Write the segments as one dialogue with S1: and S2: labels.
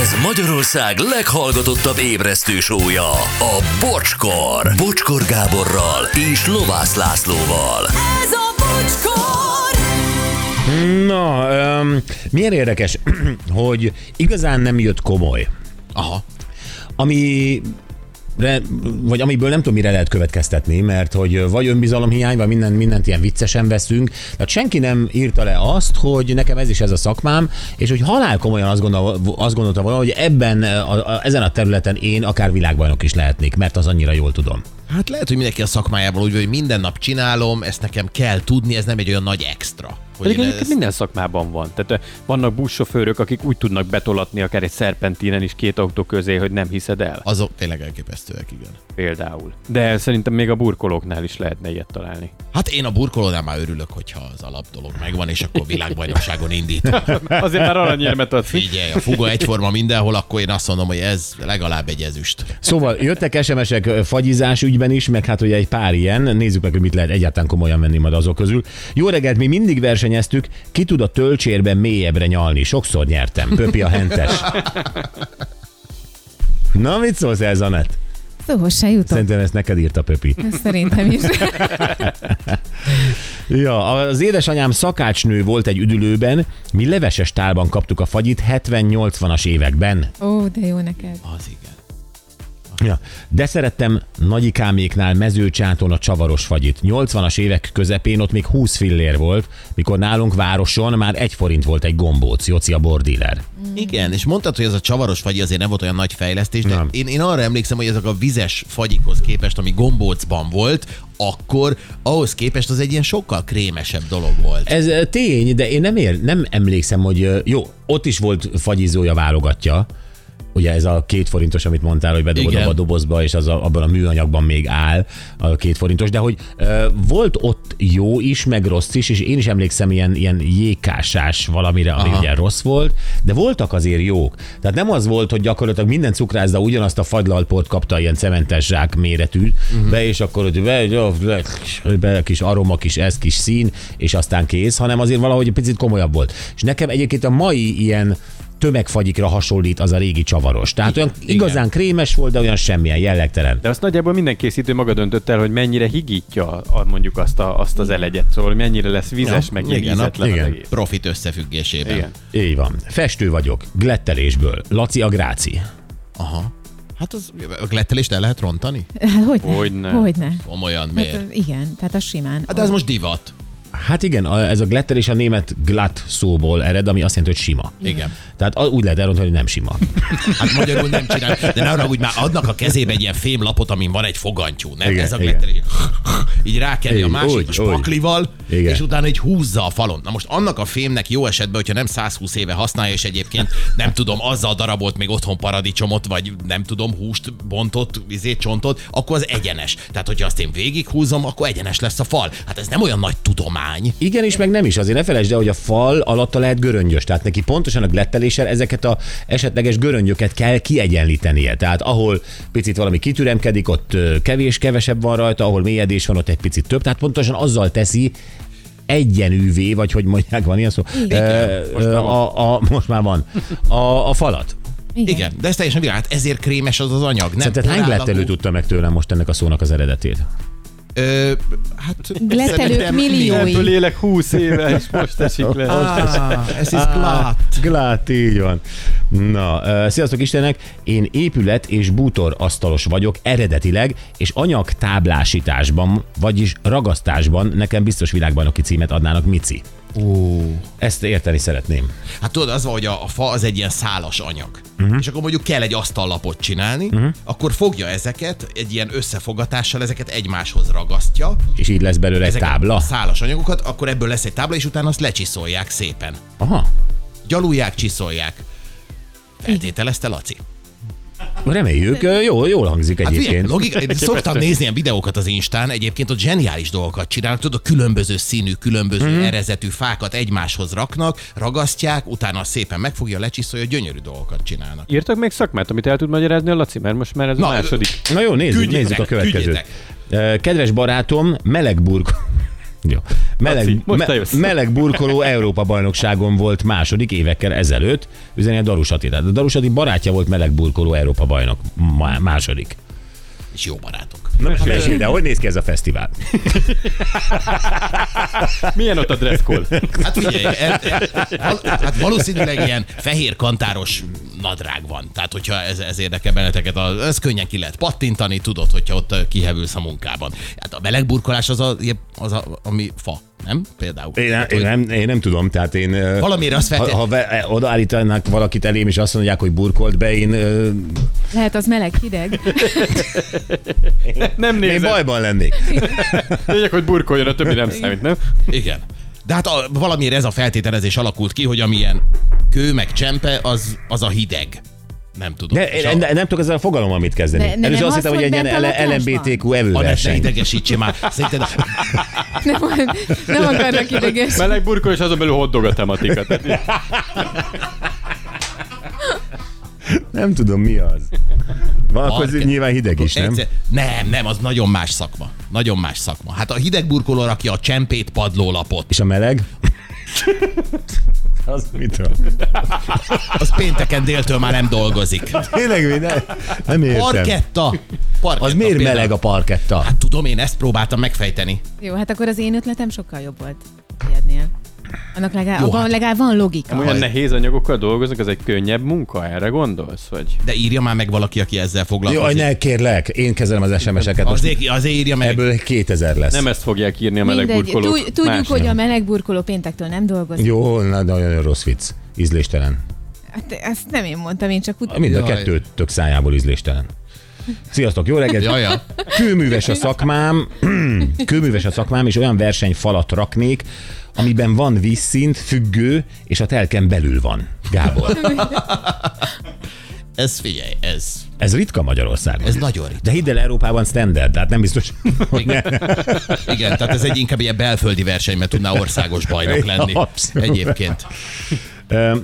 S1: Ez Magyarország leghallgatottabb ébresztő sója, a Bocskor. Bocskor Gáborral és Lovász Lászlóval.
S2: Ez a bocskor!
S3: Na, um, milyen érdekes, hogy igazán nem jött komoly. Aha. Ami Re, vagy amiből nem tudom, mire lehet következtetni, mert hogy vagy önbizalomhiány, vagy minden, mindent ilyen viccesen veszünk. Tehát senki nem írta le azt, hogy nekem ez is ez a szakmám, és hogy halál komolyan azt, gondol, azt gondolta volna, hogy ebben, a, a, ezen a területen én akár világbajnok is lehetnék, mert az annyira jól tudom.
S4: Hát lehet, hogy mindenki a szakmájában úgy, van, hogy minden nap csinálom, ezt nekem kell tudni, ez nem egy olyan nagy extra. Hogy
S5: Pedig
S4: én
S5: egyébként
S4: ezt-
S5: minden szakmában van. Tehát ö, vannak buszsofőrök, akik úgy tudnak betolatni akár egy szerpentinen is két autó közé, hogy nem hiszed el,
S4: Azok tényleg elképesztőek, igen.
S5: például. De szerintem még a burkolóknál is lehetne ilyet találni.
S4: Hát én a burkolónál már örülök, hogyha az alap dolog megvan, és akkor világbajnokságon indít.
S5: Azért már aranyérmet adsz.
S4: Figyelj, a fuga egyforma mindenhol, akkor én azt mondom, hogy ez legalább egy ezüst.
S3: Szóval jöttek SMS-ek fagyizás ügyben is, meg hát ugye egy pár ilyen. Nézzük meg, hogy mit lehet egyáltalán komolyan venni majd azok közül. Jó reggelt, mi mindig versenyeztük, ki tud a tölcsérben mélyebbre nyalni. Sokszor nyertem. Pöpi a hentes. Na, mit szólsz ez, Anett?
S6: Szóval se jutok.
S3: Szerintem ezt neked írta Pöpi.
S6: Szerintem is.
S3: Ja, az édesanyám szakácsnő volt egy üdülőben, mi leveses tálban kaptuk a fagyit 70-80-as években.
S6: Ó, de jó neked.
S4: Az igen.
S3: Ja. De szerettem nagyikáméknál mezőcsáton a csavaros fagyit. 80-as évek közepén ott még 20 fillér volt, mikor nálunk városon már egy forint volt egy gombóc, Joci a bordiller.
S4: Mm. Igen, és mondtad, hogy ez a csavaros fagyi azért nem volt olyan nagy fejlesztés, de
S3: Nem.
S4: én, én arra emlékszem, hogy ezek a vizes fagyikhoz képest, ami gombócban volt, akkor ahhoz képest az egy ilyen sokkal krémesebb dolog volt.
S3: Ez ö, tény, de én nem, ér, nem emlékszem, hogy ö, jó, ott is volt fagyizója válogatja, ugye ez a két forintos, amit mondtál, hogy bedobod
S4: Igen.
S3: abba a dobozba, és az a, abban a műanyagban még áll a két forintos, de hogy ö, volt ott jó is, meg rossz is, és én is emlékszem ilyen, ilyen jégkásás valamire, ami Aha. ugye rossz volt, de voltak azért jók. Tehát nem az volt, hogy gyakorlatilag minden cukrászda ugyanazt a fagylalport kapta, ilyen cementes zsák méretű, uh-huh. be és akkor hogy be, jó, be, be, kis aroma, kis ez, kis szín, és aztán kész, hanem azért valahogy egy picit komolyabb volt. És nekem egyébként a mai ilyen tömegfagyikra hasonlít az a régi csavaros. Tehát olyan igazán krémes volt, de olyan semmilyen jellegtelen.
S5: De azt nagyjából minden készítő maga döntött el, hogy mennyire higítja a, mondjuk azt, a, azt az elegyet, szóval mennyire lesz vízes, ja, meg
S4: igen,
S5: igen, ízetlen
S3: igen.
S5: az egész.
S4: Profit összefüggésében.
S5: Igen.
S3: Így van. Festő vagyok, glettelésből. Laci a gráci.
S4: Aha. Hát az a glettelést el lehet rontani?
S6: Hát hogy ne?
S5: Hogyne.
S6: Hogy ne?
S4: Komolyan
S6: Hát,
S4: miért?
S6: ö, igen, tehát a simán.
S4: Hát de ez most divat.
S3: Hát igen, a- ez a glettelés a német glatt szóból ered, ami azt jelenti, hogy sima.
S4: Igen.
S3: Tehát a- úgy lehet elrontani, hogy nem sima.
S4: Hát magyarul nem csinál. De ne arra, hogy már adnak a kezébe egy ilyen fémlapot, amin van egy fogantyú. Nem,
S3: Igen,
S4: ez a
S3: igen.
S4: glettelés. Így rákeri a
S3: Így,
S4: másik
S3: úgy,
S4: a spaklival,
S3: úgy. Igen.
S4: és utána egy húzza a falon. Na most annak a fémnek jó esetben, hogyha nem 120 éve használja, és egyébként nem tudom, azzal darabolt még otthon paradicsomot, vagy nem tudom, húst bontott, vizét, csontot, akkor az egyenes. Tehát, hogyha azt én végighúzom, akkor egyenes lesz a fal. Hát ez nem olyan nagy tudomány.
S3: Igen is, meg nem is. Azért ne felejtsd el, hogy a fal alatta lehet göröngyös. Tehát neki pontosan a gletteléssel ezeket a esetleges göröngyöket kell kiegyenlítenie. Tehát ahol picit valami kitüremkedik, ott ö, kevés, kevesebb van rajta, ahol mélyedés van, ott egy picit több. Tehát pontosan azzal teszi egyenűvé, vagy hogy mondják, van ilyen szó? Ö, ö, a, a, most már van. A, a falat.
S6: igen.
S4: Igen, de ez teljesen világ. Hát ezért krémes az az anyag. Nem
S3: Szerinted hány
S4: porálagú.
S3: glettelő tudta meg tőlem most ennek a szónak az eredetét?
S4: Ö, hát
S6: Glettelők
S4: szerintem
S6: milliói.
S5: Ebből élek 20 éve, és most esik le. Most esik.
S4: Ez is glát.
S3: Glát, így van. Na, ö, sziasztok Istenek, én épület és bútor asztalos vagyok eredetileg, és anyag táblásításban, vagyis ragasztásban nekem biztos világbajnoki címet adnának Mici. Ó. Ezt érteni szeretném.
S4: Hát tudod, az van, hogy a, a fa az egy ilyen szálas anyag. Uh-huh. És akkor mondjuk kell egy asztallapot csinálni, uh-huh. akkor fogja ezeket, egy ilyen összefogatással ezeket egymáshoz ragasztja.
S3: És így lesz belőle egy
S4: Ezeket
S3: tábla.
S4: A szálas anyagokat, akkor ebből lesz egy tábla, és utána azt lecsiszolják szépen.
S3: Aha.
S4: Gyalulják, csiszolják. Feltételezte Laci.
S3: Reméljük, ö, jó, jól hangzik
S4: Hát figyelj,
S3: egyébként.
S4: logika, én szoktam nézni ilyen videókat az Instán, egyébként ott zseniális dolgokat csinálnak, tudod, a különböző színű, különböző
S3: Mhm.
S4: mm-hmm. erezetű fákat egymáshoz raknak, ragasztják, utána azt szépen megfogja, lecsiszolja, gyönyörű dolgokat csinálnak.
S5: Írtak még szakmát, amit el tud magyarázni a Laci, mert most már ez
S4: Na,
S5: a második.
S3: Na jó, nézzük,
S4: Küldjétek,
S3: nézzük a következőt.
S4: küldjétek.
S3: Ö, Kedves barátom, meleg burkol... Jó. Meleg,
S5: Laci, most te jössz.
S3: meleg burkoló Európa bajnokságon volt második évekkel ezelőtt, üzeni a Darus Attila. De Darus Attila barátja volt meleg burkoló Európa bajnok, Má- második.
S4: És jó barátok.
S3: Na, mesélj, de hogy néz ki ez a fesztivál?
S5: Milyen ott a dresscode?
S4: Hát figyelj, e, e, val- hát valószínűleg ilyen fehér kantáros nadrág van. Tehát, hogyha ez, ez érdekel benneteket, az, ez könnyen ki lehet pattintani, tudod, hogyha ott ö, kihevülsz a munkában. Hát a melegburkolás az a, az a ami fa, nem? Például.
S3: Én, nem-
S4: Tehát,
S3: én,
S4: hogy-
S3: nem, én nem tudom, tehát én... ö,
S4: Valamiért azt
S3: Ha,
S4: feltétlenül-
S3: ha ve- eh, odaállítanak valakit elém, és azt mondják, hogy burkolt be, én, ö,
S6: Lehet az meleg hideg.
S5: Nem
S3: én
S5: nézem.
S3: bajban lennék.
S5: Lényeg, hogy burkoljon, a többi nem számít, nem?
S4: Igen. De hát a, valamiért ez a feltételezés alakult ki, hogy amilyen kő meg csempe, az, az a hideg. Nem tudom.
S3: De,
S4: És
S3: én,
S4: a,
S3: nem, nem tudok ezzel a fogalommal mit kezdeni.
S6: De- de nem
S3: Először azt
S6: az,
S3: hittem, hogy
S6: hogy
S3: egy ilyen
S6: bent a
S3: L-
S6: lakásban?
S3: LMBTQ
S4: Anett, ne
S3: evőverseny.
S4: idegesítsél már. Szerinted
S6: Nem, nem akarnak ideges.
S5: Meleg burkol, és azon belül hoddog a tematika. Tehát
S3: Nem tudom, mi az. Van, akkor ez
S4: Market-
S3: nyilván hideg is, nem?
S4: Egyszer- nem, nem, az nagyon más szakma. Nagyon más szakma. Hát a hideg burkoló rakja a csempét padlólapot.
S3: És a meleg? az mitől?
S4: Az pénteken déltől már nem dolgozik.
S3: Tényleg mi? Ne, nem értem.
S4: Parketta. Parketta
S3: Az miért meleg a parketta?
S4: Hát tudom, én ezt próbáltam megfejteni.
S6: Jó, hát akkor az én ötletem sokkal jobb volt Ilyednél. Annak legalább,
S4: Jó,
S6: abban
S4: hát-
S6: legalább van logika.
S5: olyan nehéz anyagokkal dolgoznak, az egy könnyebb munka, erre gondolsz? Vagy?
S4: De írja már meg valaki, aki ezzel
S3: Jaj,
S4: foglalkozik.
S3: ne, kérlek, én kezelem az SMS-eket most.
S4: Azért, azért írja meg.
S3: Ebből 2000 lesz.
S5: Nem ezt fogják írni a meleg
S6: Mindegy,
S5: burkolók.
S6: Tud- tudjuk,
S5: Más
S6: hogy
S5: nem.
S6: a melegburkoló péntektől nem dolgozik.
S3: Jó, na, nagyon rossz vicc. Ízléstelen.
S6: Hát ezt nem én mondtam, én csak utána.
S3: Mind a
S4: Jaj.
S3: kettő tök szájából ízléstelen. Sziasztok, jó reggelt!
S4: Jaj, jaj.
S3: Kőműves a szakmám, kőműves a szakmám, és olyan versenyfalat raknék, amiben van vízszint, függő, és a telken belül van. Gábor.
S4: Ez figyelj, ez,
S3: Ez ritka Magyarországon.
S4: ez nagyon ritka.
S3: De hidd el, Európában standard, tehát nem biztos, hogy ne.
S4: Igen, tehát ez egy inkább ilyen belföldi verseny, mert tudná országos bajnok lenni.
S3: Abszolút.
S4: Egyébként.
S3: Ö,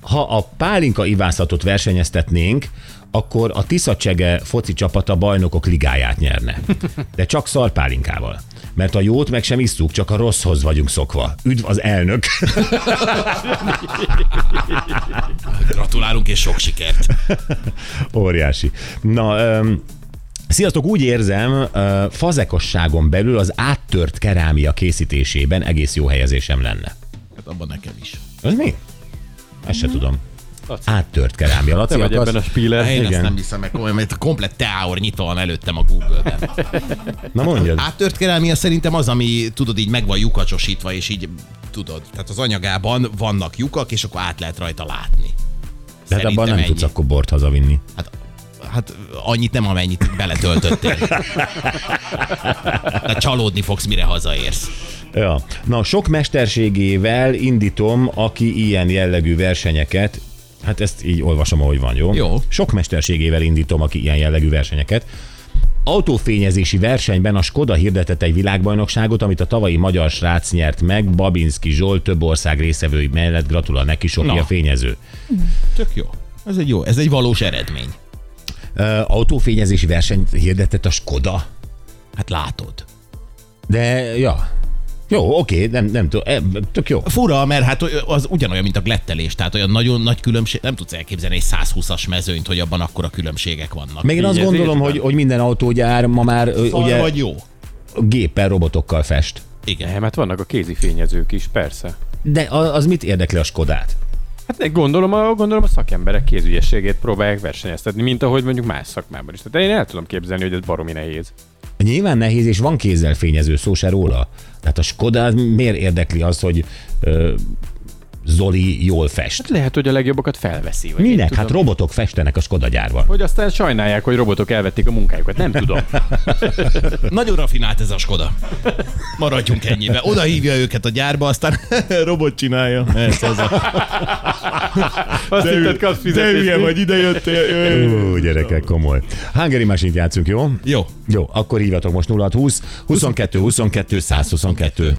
S3: Ha a pálinka ivászatot versenyeztetnénk, akkor a Tiszacsege foci csapata bajnokok ligáját nyerne. De csak szarpálinkával. Mert a jót meg sem isszuk, csak a rosszhoz vagyunk szokva. Üdv az elnök!
S4: Gratulálunk és sok sikert.
S3: Óriási. Na, um, Sziasztok, úgy érzem, ö, fazekosságon belül az áttört kerámia készítésében egész jó helyezésem lenne.
S4: Hát abban nekem is.
S3: Ez mi? Ezt se tudom. Áttört kerámia. Laci,
S5: Te vagy
S3: akarsz?
S5: ebben a spíler.
S4: Én
S3: Igen.
S4: ezt nem hiszem meg komolyan, mert a komplet teáor nyitva van előttem a Google-ben.
S3: Na mondjad.
S4: Áttört kerámia szerintem az, ami tudod, így meg van lyukacsosítva, és így tudod, tehát az anyagában vannak lyukak, és akkor át lehet rajta látni.
S3: Tehát
S4: Szerintem
S3: hát abban nem
S4: ennyi.
S3: tudsz akkor bort hazavinni.
S4: Hát, hát annyit nem, amennyit beletöltöttél. Tehát csalódni fogsz, mire hazaérsz.
S3: Ja. Na, sok mesterségével indítom, aki ilyen jellegű versenyeket, hát ezt így olvasom, ahogy van, jó?
S4: Jó.
S3: Sok mesterségével indítom, aki ilyen jellegű versenyeket. Autófényezési versenyben a Skoda hirdetett egy világbajnokságot, amit a tavalyi magyar srác nyert meg, Babinski Zsolt több ország részevői mellett gratulál neki, Sophia
S4: Na.
S3: fényező.
S4: Tök jó. Ez egy jó, ez egy valós eredmény.
S3: Ö, autófényezési versenyt hirdetett a Skoda?
S4: Hát látod.
S3: De, ja. Jó, oké, nem, nem tudom, e, tök jó.
S4: Fura, mert hát az ugyanolyan, mint a glettelés, tehát olyan nagyon nagy különbség, nem tudsz elképzelni egy 120-as mezőnyt, hogy abban akkora különbségek vannak.
S3: Még én azt
S5: Így Szóval, ez
S3: gondolom,
S5: értem.
S3: hogy, hogy minden autógyár ma már ö,
S4: Szar
S3: ugye
S4: vagy jó?
S3: géppel, robotokkal fest.
S4: Igen.
S5: Nem, hát vannak a kézifényezők is, persze.
S3: De a- az mit érdekli a Skodát?
S5: Hát ne, gondolom a, gondolom a szakemberek kézügyességét próbálják versenyeztetni, mint ahogy mondjuk más szakmában is. Tehát én el tudom képzelni, hogy ez baromi nehéz.
S3: Nyilván nehéz, és van kézzel fényező, szó se róla. Tehát a Skoda az miért érdekli az, hogy ö, Zoli jól fest?
S5: Lehet, hogy a legjobbakat felveszi. Vagy Hát, én
S3: Minek?
S5: tudom.
S3: Hát robotok festenek a Skoda gyárban.
S5: Hogy aztán sajnálják, hogy robotok elvették a munkájukat. Nem tudom.
S4: Nagyon rafinált ez a Skoda. Maradjunk ennyibe. Oda hívja őket a gyárba, aztán robot csinálja. Ez az a...
S5: Azt hitted, kapsz fizetést.
S4: vagy, ide jöttél.
S3: Ó, gyerekek, komoly. Hungary machine játszunk, jó?
S4: Jó.
S3: Jó, akkor hívatok most 0620 22 22 122.